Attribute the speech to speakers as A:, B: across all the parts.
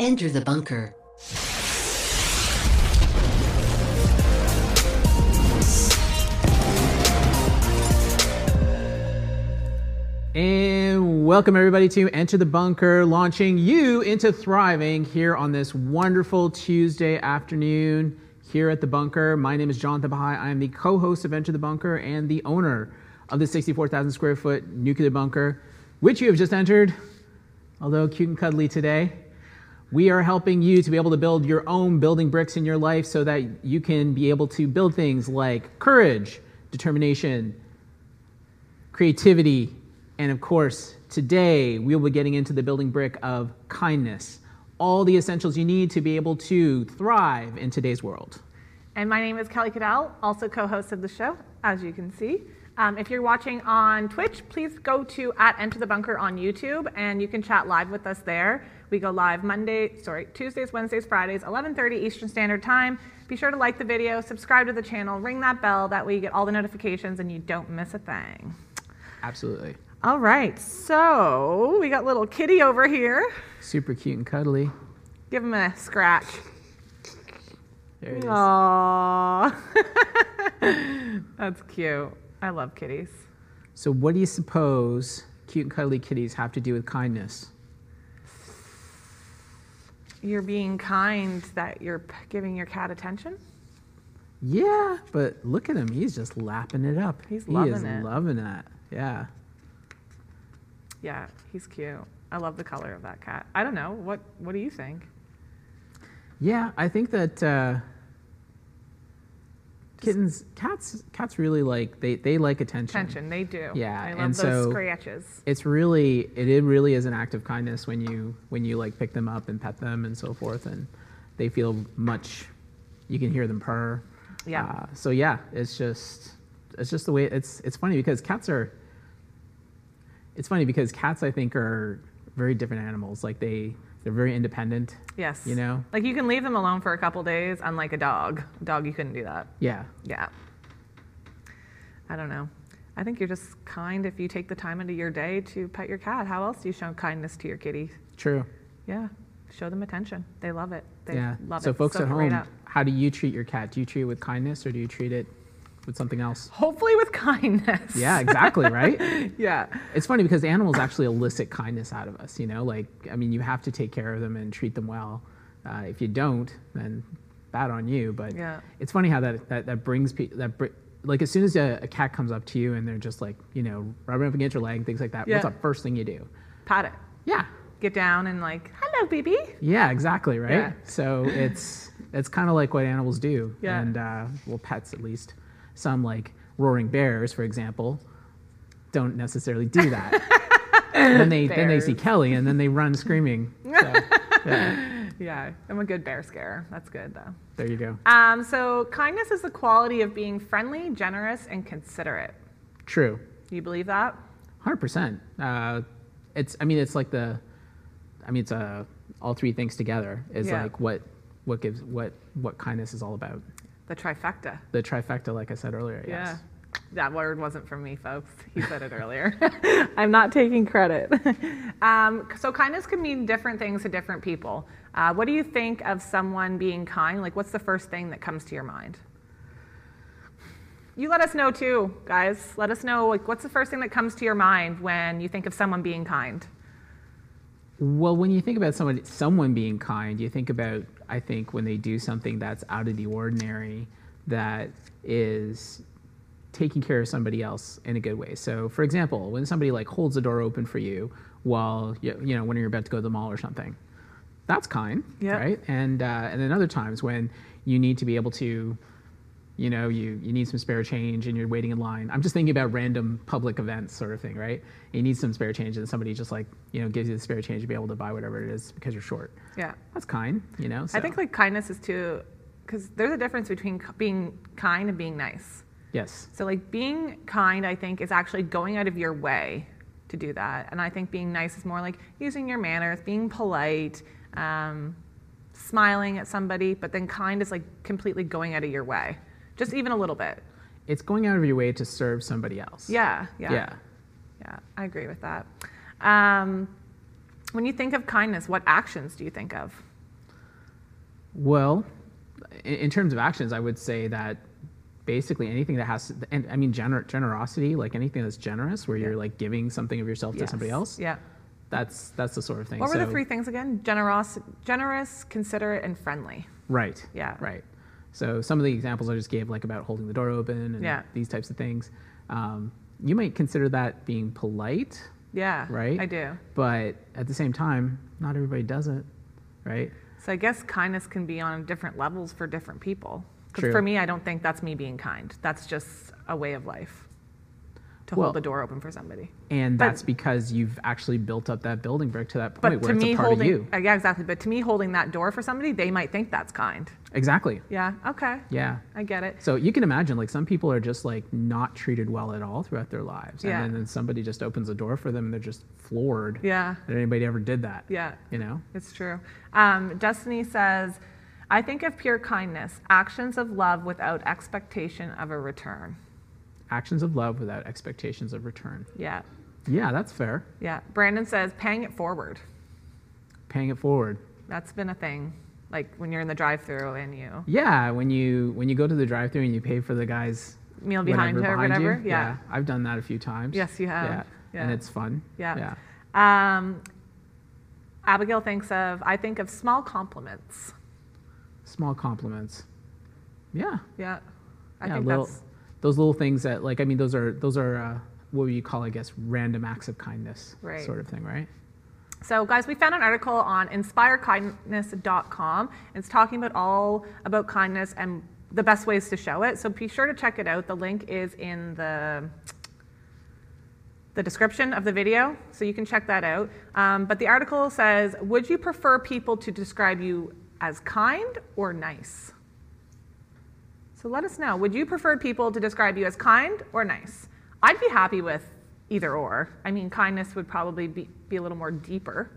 A: Enter the bunker.
B: And welcome everybody to Enter the Bunker, launching you into thriving here on this wonderful Tuesday afternoon here at the Bunker. My name is Jonathan Bahai. I am the co-host of Enter the Bunker and the owner of the 64,000 square foot nuclear bunker, which you have just entered, although cute and cuddly today. We are helping you to be able to build your own building bricks in your life so that you can be able to build things like courage, determination, creativity, and of course, today we will be getting into the building brick of kindness. All the essentials you need to be able to thrive in today's world.
C: And my name is Kelly Cadell, also co-host of the show, as you can see. Um, if you're watching on Twitch, please go to at Enter the Bunker on YouTube, and you can chat live with us there. We go live Monday, sorry, Tuesdays, Wednesdays, Fridays, 11:30 Eastern Standard Time. Be sure to like the video, subscribe to the channel, ring that bell. That way, you get all the notifications and you don't miss a thing.
B: Absolutely.
C: All right, so we got little kitty over here.
B: Super cute and cuddly.
C: Give him a scratch.
B: There it is.
C: Aww. That's cute. I love kitties.
B: So, what do you suppose cute and cuddly kitties have to do with kindness?
C: You're being kind that you're p- giving your cat attention.
B: Yeah, but look at him. He's just lapping it up.
C: He's
B: He is
C: loving it.
B: loving that. Yeah.
C: Yeah, he's cute. I love the color of that cat. I don't know. What what do you think?
B: Yeah, I think that uh, kittens, cats, cats really like they they like attention.
C: Attention, they do.
B: Yeah,
C: I love
B: and
C: those
B: so-
C: scratches.
B: It's really it, it really is an act of kindness when you when you like pick them up and pet them and so forth, and they feel much. You can hear them purr.
C: Yeah.
B: Uh, so yeah, it's just it's just the way it's it's funny because cats are. It's funny because cats I think are very different animals. Like they they're very independent.
C: Yes.
B: You know?
C: like you can leave them alone for a couple days, unlike a dog. Dog, you couldn't do that.
B: Yeah.
C: Yeah. I don't know. I think you're just kind if you take the time into your day to pet your cat. How else do you show kindness to your kitty?
B: True.
C: Yeah, show them attention. They love it. They
B: yeah.
C: love
B: so
C: it.
B: folks
C: Soak
B: at
C: it right
B: home,
C: up.
B: how do you treat your cat? Do you treat it with kindness or do you treat it with something else?
C: hopefully with kindness.
B: Yeah, exactly, right?
C: yeah.
B: It's funny because animals actually elicit kindness out of us, you know? Like, I mean, you have to take care of them and treat them well. Uh, if you don't, then bad on you. But
C: Yeah.
B: it's funny how that, that, that brings people, that br- like, as soon as a, a cat comes up to you and they're just like, you know, rubbing up against your leg, things like that, what's
C: Yeah.
B: the first thing you do?
C: Pat it.
B: Yeah.
C: Get down and like, hello, baby.
B: Yeah, exactly, right?
C: Yeah.
B: So it's it's kind of like what animals do,
C: Yeah.
B: and uh, well, pets at least. Some like roaring bears, for example, don't necessarily do that. then they then they see
C: Bears.
B: Kelly and then they run screaming. So, yeah,
C: Yeah, I'm a good bear scare. That's good though.
B: there you go.
C: Um, so kindness is the quality of being friendly, generous, and considerate.
B: True,
C: Do you believe that?
B: hundred percent. Uh, It's I mean it's like the, I mean it's uh, all three things together is
C: Yeah.
B: like what what gives what what kindness is all about.
C: The trifecta.
B: The trifecta, like I said earlier. Yes.
C: Yeah. That word wasn't from me, folks. He said it earlier. I'm not taking credit. um, so, kindness can mean different things to different people. Uh, what do you think of someone being kind? Like, what's the first thing that comes to your mind? You let us know too, guys. Let us know like what's the first thing that comes to your mind when you think of someone being kind.
B: Well, when you think about someone, someone being kind, you think about I think when they do something that's out of the ordinary, that is taking care of somebody else in a good way. So, for example, when somebody like holds the door open for you while you, you know when you're about to go to the mall or something, that's kind,
C: Yeah.
B: right? And uh, and then other times when you need to be able to. You know, you, you need some spare change and you're waiting in line. I'm just thinking about random public events, sort of thing, right? You need some spare change, and somebody just like, you know, gives you the spare change to be able to buy whatever it is because you're short.
C: Yeah.
B: That's kind, you know? So,
C: I think like kindness is too, because there's a difference between c- being kind and being nice.
B: yes.
C: So, like, being kind, I think, is actually going out of your way to do that. And I think being nice is more like using your manners, being polite, um, smiling at somebody, but then kind is like completely going out of your way, just even a little bit.
B: It's going out of your way to serve somebody else.
C: Yeah, yeah.
B: Yeah.
C: Yeah, I agree with that. Um, When you think of kindness, what actions do you think of?
B: Well, in, in terms of actions, I would say that basically anything that has, to, and I mean gener- generosity, like anything that's generous, where you're like giving something of yourself to
C: Yes.
B: somebody else.
C: Yeah.
B: That's that's the sort of thing.
C: What were the
B: So-
C: three things again? Generous, generous, considerate, and friendly.
B: Right.
C: Yeah.
B: Right. So some of the examples I just gave, like about holding the door open and
C: Yeah.
B: these types of things, um, you might consider that being polite,
C: Yeah.
B: Right.
C: I do.
B: but at the same time, not everybody does it, right?
C: So I guess kindness can be on different levels for different people.
B: True.
C: Because for me, I don't think that's me being kind. That's just a way of life to
B: Well-
C: hold the door open for somebody.
B: And
C: But-
B: that's because you've actually built up that building brick to that point
C: But
B: where
C: to
B: it's
C: me,
B: a part
C: holding
B: of you.
C: uh, yeah, exactly. But to me, holding that door for somebody, they might think that's kind.
B: Exactly.
C: Yeah. Okay.
B: Yeah.
C: I get it.
B: So you can imagine, like some people are just like not treated well at all throughout their lives,
C: Yeah.
B: and then, then somebody just opens a door for them, and they're just floored
C: Yeah.
B: that anybody ever did that.
C: Yeah.
B: You know.
C: It's true. Um, Destiny says, I think of pure kindness, actions of love without expectation of a return.
B: actions of love without expectations of return.
C: Yeah.
B: Yeah, that's fair.
C: Yeah. Brandon says, paying it forward.
B: Paying it forward.
C: That's been a thing. Like when you're in the drive through and you
B: Yeah, when you when you go to the drive-through and you pay for the guy's
C: meal behind
B: whatever
C: her or
B: behind you.
C: whatever. Yeah.
B: I've done that a few times.
C: Yes, you have.
B: Yeah, and
C: Yeah.
B: it's fun.
C: Yeah.
B: yeah.
C: Um, Abigail thinks of, I think of small compliments.
B: Small compliments. Yeah,
C: Yeah. I
B: yeah.
C: think
B: little,
C: that's,
B: those little things that like I mean those are those are uh, what would you call I guess random acts of kindness
C: Right.
B: sort of thing, right?
C: So, guys, we found an article on inspirekindness.com. It's talking about all about kindness and the best ways to show it. So, be sure to check it out. The link is in the the description of the video, so you can check that out. Um, but the article says, "Would you prefer people to describe you as kind or nice?" So let us know. Would you prefer people to describe you as kind or nice? I'd be happy with either or. I mean, kindness would probably be, be a little more deeper.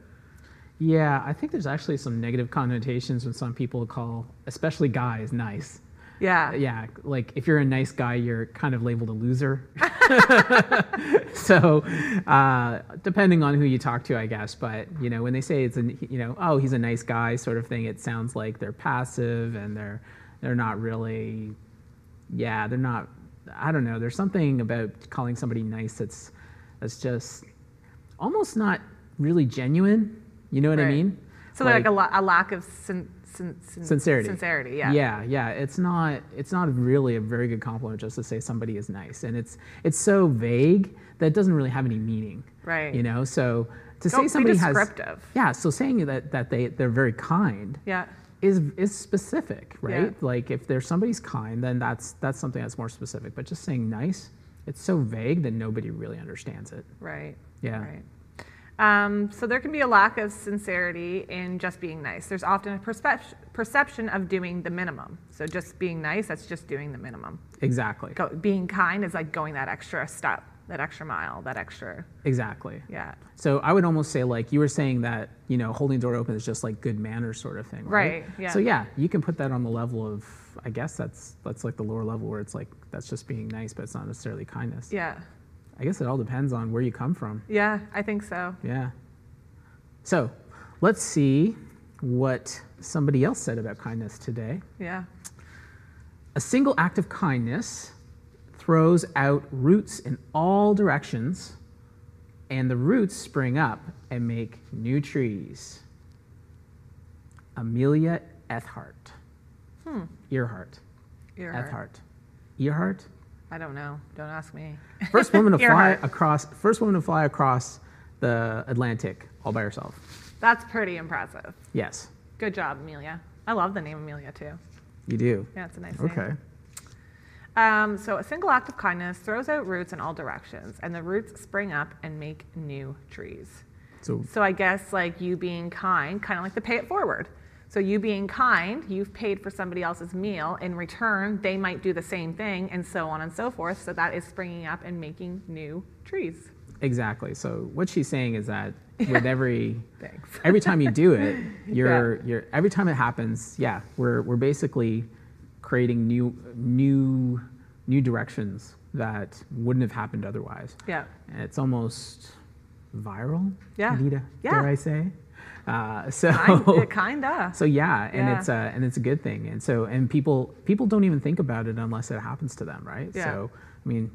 B: Yeah, I think there's actually some negative connotations when some people call, especially guys, nice.
C: Yeah.
B: yeah, like if you're a nice guy, you're kind of labeled a loser. so, uh, depending on who you talk to, I guess. But you know, when they say it's a you know, oh, he's a nice guy sort of thing, it sounds like they're passive and they're they're not really, yeah, they're not. I don't know. There's something about calling somebody nice that's that's just almost not really genuine. You know what I
C: Right.
B: mean?
C: So like, a, la- a lack of sin- sin- sin-
B: sincerity.
C: Sincerity, yeah.
B: Yeah, yeah. It's not it's not really a very good compliment just to say somebody is nice, and it's it's so vague that it doesn't really have any meaning.
C: Right.
B: You know, so to
C: Don't
B: say
C: be
B: somebody has
C: descriptive.
B: yeah, so saying that that they they're very kind
C: Yeah.
B: is is specific, right?
C: Yeah.
B: Like if there's somebody's kind, then that's that's something that's more specific. But just saying nice, it's so vague that nobody really understands it.
C: Right.
B: Yeah.
C: Right. Um, so there can be a lack of sincerity in just being nice. There's often a perspec- perception of doing the minimum. So just being nice, that's just doing the minimum.
B: Exactly.
C: Go- being kind is like going that extra step, that extra mile, that extra,
B: Exactly.
C: yeah.
B: So I would almost say like you were saying that you know holding the door open is just like good manners sort of thing, right?
C: Right, yeah.
B: So yeah, you can put that on the level of I guess that's that's like the lower level where it's like that's just being nice, but it's not necessarily kindness.
C: Yeah.
B: I guess it all depends on where you come from.
C: Yeah, I think so.
B: Yeah. So let's see what somebody else said about kindness today.
C: Yeah.
B: A single act of kindness throws out roots in all directions, and the roots spring up and make new trees. Amelia Earhart. Earhart.
C: Hmm. Earhart.
B: Earhart. Earhart.
C: I don't know. Don't ask me.
B: First woman to fly
C: Earhart.
B: across. First woman to fly across the Atlantic all by herself.
C: That's pretty impressive.
B: Yes,
C: Good job, Amelia. I love the name Amelia too.
B: you do.
C: Yeah, it's a nice name.
B: Okay.
C: Um, so a single act of kindness throws out roots in all directions, and the roots spring up and make new trees.
B: So
C: So I guess like you being kind, kind of like the pay it forward. So you being kind, you've paid for somebody else's meal. In return, they might do the same thing, and so on and so forth. So that is springing up and making new trees.
B: Exactly. So what she's saying is that with every
C: Thanks.
B: every time you do it, you're you're every time it happens, yeah, we're we're basically creating new new new directions that wouldn't have happened otherwise.
C: Yeah.
B: And it's almost viral.
C: Yeah.
B: Nita,
C: Yeah.
B: dare I say? Uh, so
C: Kind, kinda.
B: so yeah, and
C: Yeah.
B: it's a, and it's a good thing. And so and people people don't even think about it unless it happens to them, right?
C: Yeah.
B: So I mean,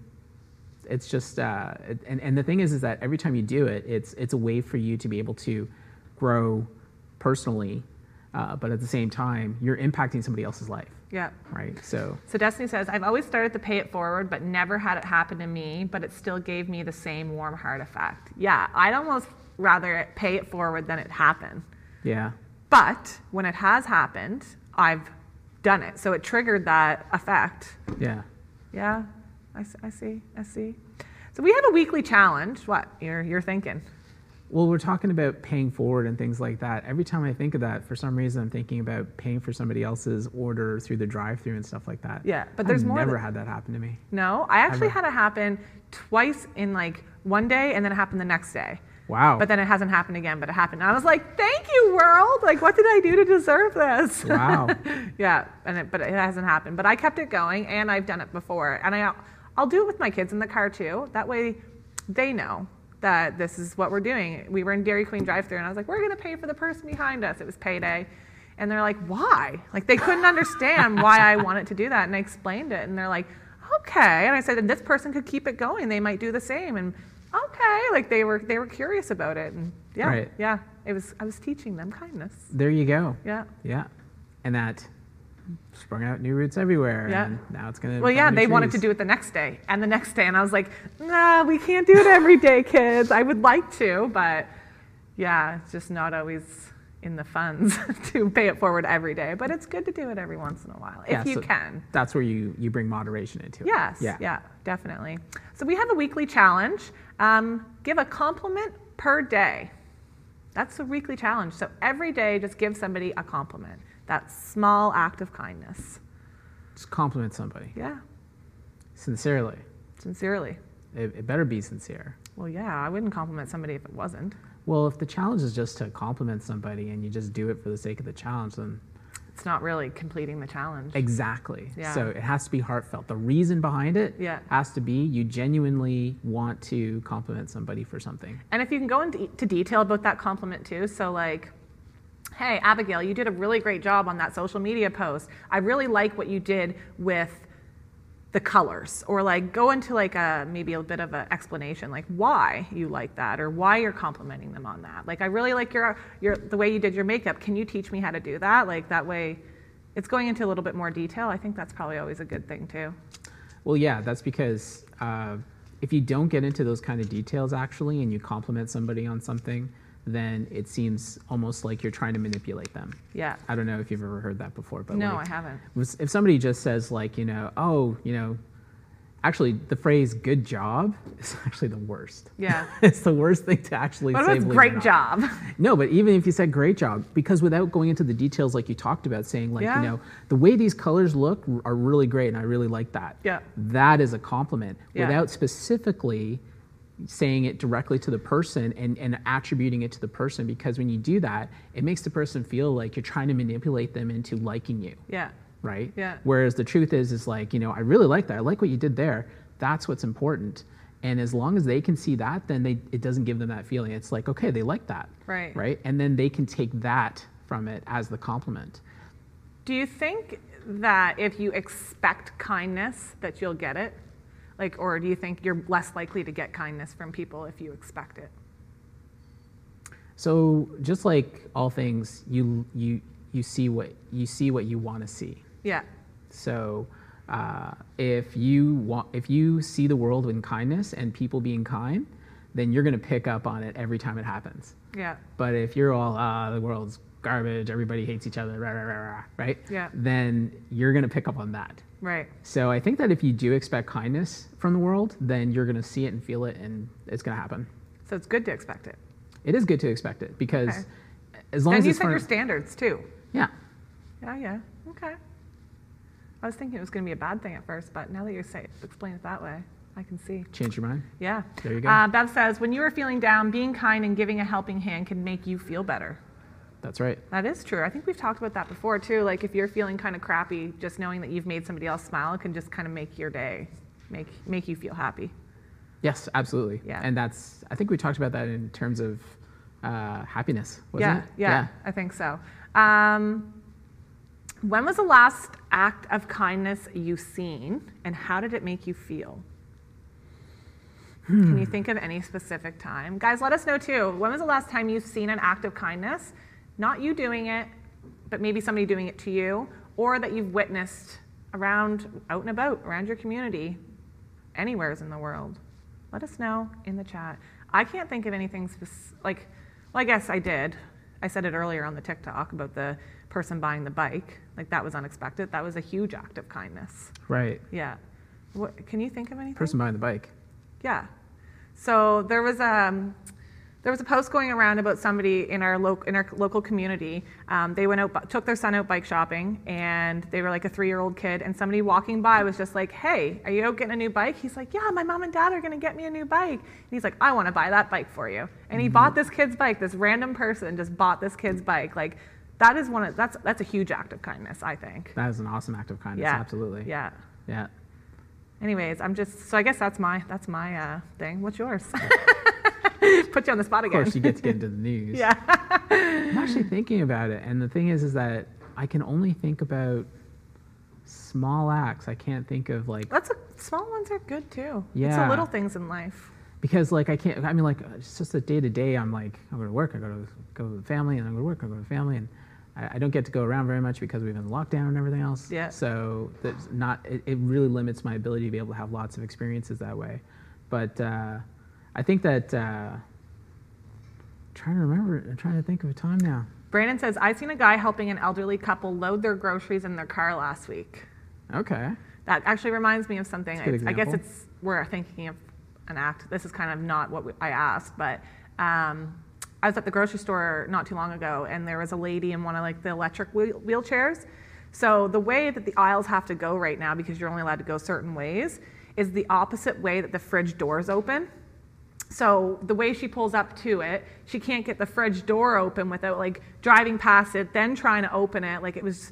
B: it's just uh, it- and and the thing is is that every time you do it, it's it's a way for you to be able to grow personally, uh, but at the same time, you're impacting somebody else's life,
C: Yeah.
B: right? So
C: So Destiny says, I've always started to pay it forward, but never had it happen to me, but it still gave me the same warm heart effect. Yeah, I'd almost rather it pay it forward than it happen.
B: yeah,
C: But when it has happened, I've done it. So it triggered that effect.
B: yeah,
C: Yeah, I, s- I see. I see. So we have a weekly challenge. What? You're, you're thinking.
B: Well, we're talking about paying forward and things like that. Every time I think of that, for some reason, I'm thinking about paying for somebody else's order through the drive-through and stuff like that.
C: Yeah, but there's
B: I've
C: more
B: Never
C: that-
B: had that happen to me.
C: No, I actually
B: Ever.
C: had it happen twice in like one day and then it happened the next day.
B: Wow.
C: But then it hasn't happened again, but it happened. And I was like, thank you, world. Like, what did I do to deserve this?
B: Wow.
C: yeah. And it, but it hasn't happened. But I kept it going and I've done it before. And I, I'll do it with my kids in the car too. That way they know that this is what we're doing. We were in Dairy Queen drive thru and I was like, we're going to pay for the person behind us. It was payday. And they're like, why? Like, they couldn't understand why I wanted to do that. And I explained it. And they're like, okay. And I said, and this person could keep it going. They might do the same. And okay. Like, they were, they were curious about it. And yeah,
B: Right.
C: yeah. It was, I was teaching them kindness.
B: There you go.
C: Yeah.
B: Yeah. And that sprung out new roots everywhere.
C: Yeah.
B: And now it's going to.
C: Well, yeah, they wanted to do it the next day and the next day, and I was like, Nah, we can't do it every day, kids. I would like to, but yeah, it's just not always in the funds to pay it forward every day. But it's good to do it every once in a while if
B: Yeah,
C: you
B: so-
C: can.
B: That's where you, you bring moderation into it.
C: Yes.
B: Yeah.
C: Yeah. Definitely. So we have a weekly challenge. Um, give a compliment per day. That's the weekly challenge. So every day, just give somebody a compliment. That small act of kindness.
B: Just compliment somebody
C: Yeah.
B: sincerely.
C: Sincerely.
B: It, it better be sincere.
C: Well, yeah, I wouldn't compliment somebody if it wasn't.
B: Well, if the challenge is just to compliment somebody and you just do it for the sake of the challenge, then
C: It's not really completing the challenge.
B: Exactly.
C: Yeah.
B: So it has to be heartfelt. The reason behind it
C: Yeah.
B: has to be you genuinely want to compliment somebody for something.
C: And if you can go into e, to detail about that compliment too, so like, hey, Abigail, you did a really great job on that social media post. I really like what you did with the colors or like go into like a maybe a bit of an explanation like why you like that or why you're complimenting them on that like i really like your your the way you did your makeup can you teach me how to do that like that way it's going into a little bit more detail i think that's probably always a good thing too
B: Well, yeah, that's because uh, if you don't get into those kind of details actually and you compliment somebody on something, then it seems almost like you're trying to manipulate them.
C: yeah
B: I don't know if you've ever heard that before, but
C: no i
B: like,
C: haven't
B: was- if somebody just says like you know oh you know actually the phrase good job is actually the worst
C: Yeah.
B: it's the worst thing to actually
C: What
B: say
C: about
B: believe it or
C: great
B: not.
C: job?
B: No, but even if you said great job, because without going into the details like you talked about, saying like
C: Yeah.
B: you know the way these colors look r- are really great, and I really like that.
C: Yeah.
B: that is a compliment.
C: Yeah.
B: Without specifically saying it directly to the person and, and attributing it to the person, because when you do that, it makes the person feel like you're trying to manipulate them into liking you,
C: Yeah.
B: right?
C: Yeah.
B: Whereas the truth is, is like you know I really like that. I like what you did there. That's what's important. And as long as they can see that, then they it doesn't give them that feeling. It's like okay, they like that
C: Right.
B: right? And then they can take that from it as the compliment.
C: Do you think that if you expect kindness that you'll get it? Like or do you think you're less likely to get kindness from people if you expect it?
B: So just like all things, you you you see what you see what you want to see.
C: Yeah.
B: So uh, if you want, if you see the world in kindness and people being kind, then you're going to pick up on it every time it happens.
C: Yeah.
B: But if you're all ah, the world's garbage, everybody hates each other, rah, rah, rah, rah, right?
C: Yeah.
B: Then you're going to pick up on that.
C: Right.
B: So I think that if you do expect kindness from the world, then you're going to see it and feel it, and it's going to happen.
C: So it's good to expect it.
B: It is good to expect it because
C: Okay.
B: as long
C: and
B: as
C: you
B: it's
C: set your
B: front,
C: standards too.
B: yeah,
C: Yeah, yeah. Okay. I was thinking it was going to be a bad thing at first, but now that you say explain it that way, I can see.
B: change your mind.
C: Yeah.
B: There you go.
C: Uh, Bev says, when you are feeling down, being kind and giving a helping hand can make you feel better.
B: That's right.
C: That is true. I think we've talked about that before too. Like if you're feeling kind of crappy, just knowing that you've made somebody else smile can just kind of make your day, make make you feel happy.
B: Yes, absolutely.
C: Yeah.
B: And that's, I think we talked about that in terms of uh, happiness, wasn't
C: Yeah,
B: it?
C: yeah, I think so. Um, when was the last act of kindness you seen, and how did it make you feel? Can
B: Hmm.
C: you think of any specific time? Guys, let us know too. When was the last time you've seen an act of kindness? Not you doing it, but maybe somebody doing it to you, or that you've witnessed around, out and about, around your community, anywheres in the world. Let us know in the chat. I can't think of anything spec- like, well, I guess I did. I said it earlier on the TikTok about the person buying the bike. Like, that was unexpected. That was a huge act of kindness.
B: Right.
C: Yeah. What, can you think of anything?
B: Person behind the bike.
C: Yeah. So there was um, there was a post going around about somebody in our local in our local community. Um, they went out, bu- took their son out bike shopping, and they were like a three year old kid. And somebody walking by was just like, "Hey, are you out getting a new bike?" He's like, "Yeah, my mom and dad are gonna get me a new bike." And he's like, "I want to buy that bike for you." And he bought this kid's bike. This random person just bought this kid's bike. Like, that is one of that's that's a huge act of kindness, I think.
B: That is an awesome act of kindness.
C: Yeah,
B: Absolutely.
C: Yeah.
B: Yeah.
C: Anyways, I'm just so I guess that's my that's my uh, thing. What's yours? Put you on the spot
B: Of
C: again.
B: course, you get to get into the news.
C: Yeah.
B: I'm actually thinking about it, and the thing is, is that I can only think about small acts. I can't think of like
C: That's a, small ones are good too. It's the
B: Yeah.
C: little things in life.
B: because like I can't. I mean, like it's just a day to day. I'm like I go to work, I go to go to the family, and I go to work, I go to the family, and I, I don't get to go around very much because we've been in lockdown and everything else.
C: Yeah.
B: So that's not. It, it really limits my ability to be able to have lots of experiences that way. But uh, I think that uh, trying to remember. I'm trying to think of a time now.
C: Brandon says, I seen a guy helping an elderly couple load their groceries in their car last week.
B: Okay.
C: That actually reminds me of something.
B: That's a good
C: I, I guess
B: example.
C: it's we're thinking of an act. This is kind of not what we, I asked, but um, I was at the grocery store not too long ago, and there was a lady in one of like the electric wheel- wheelchairs. So the way that the aisles have to go right now, because you're only allowed to go certain ways, is the opposite way that the fridge doors open. So the way she pulls up to it, she can't get the fridge door open without like driving past it, then trying to open it. Like it was,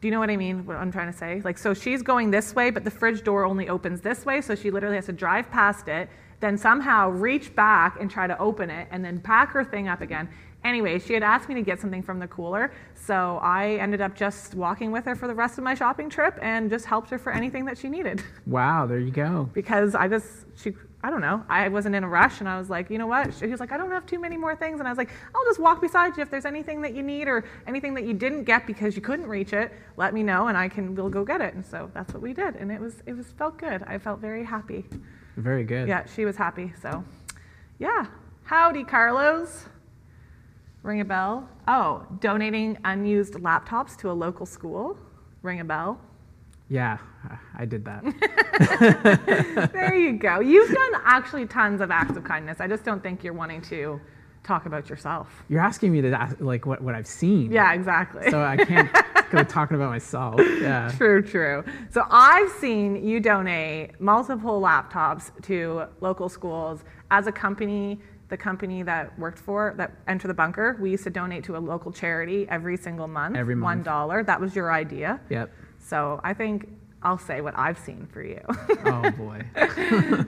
C: do you know what I mean? What I'm trying to say? Like so she's going this way, but the fridge door only opens this way, so she literally has to drive past it, then somehow reach back and try to open it, and then pack her thing up again. Anyway, she had asked me to get something from the cooler, so I ended up just walking with her for the rest of my shopping trip and just helped her for anything that she needed
B: Wow. There you go.
C: because I just she I don't know I wasn't in a rush and I was like you know what she was like I don't have too many more things and I was like I'll just walk beside you if there's anything that you need or anything that you didn't get because you couldn't reach it let me know and I can we'll go get it and so that's what we did and it was it was felt good I felt very happy
B: Very good.
C: yeah she was happy so yeah howdy Carlos ring a bell oh donating unused laptops to a local school ring a bell
B: Yeah, I did that.
C: There you go. You've done actually tons of acts of kindness. I just don't think you're wanting to talk about yourself.
B: You're asking me to ask, like what, what I've seen.
C: Yeah, exactly.
B: So I can't go talking about myself. Yeah.
C: true, true. So I've seen you donate multiple laptops to local schools as a company. The company that worked for that Enter the Bunker, we used to donate to a local charity every single month.
B: Every month.
C: one dollar. That was your idea.
B: Yep.
C: So I think I'll say what I've seen for you.
B: Oh boy.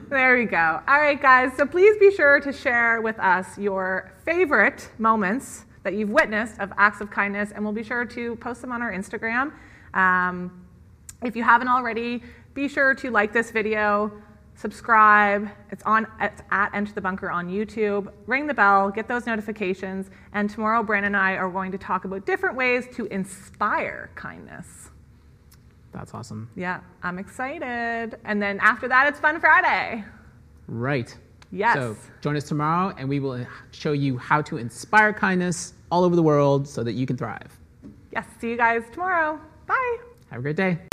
C: There we go. All right, guys. So please be sure to share with us your favorite moments that you've witnessed of acts of kindness, and we'll be sure to post them on our Instagram. Um, if you haven't already, be sure to like this video, subscribe. It's on it's at Enter the Bunker on YouTube. Ring the bell, get those notifications. And tomorrow, Brandon and I are going to talk about different ways to inspire kindness.
B: That's awesome.
C: Yeah, I'm excited. And then after that, it's Fun Friday.
B: Right.
C: Yes.
B: So join us tomorrow and we will show you how to inspire kindness all over the world so that you can thrive.
C: Yes, see you guys tomorrow. Bye.
B: Have a great day.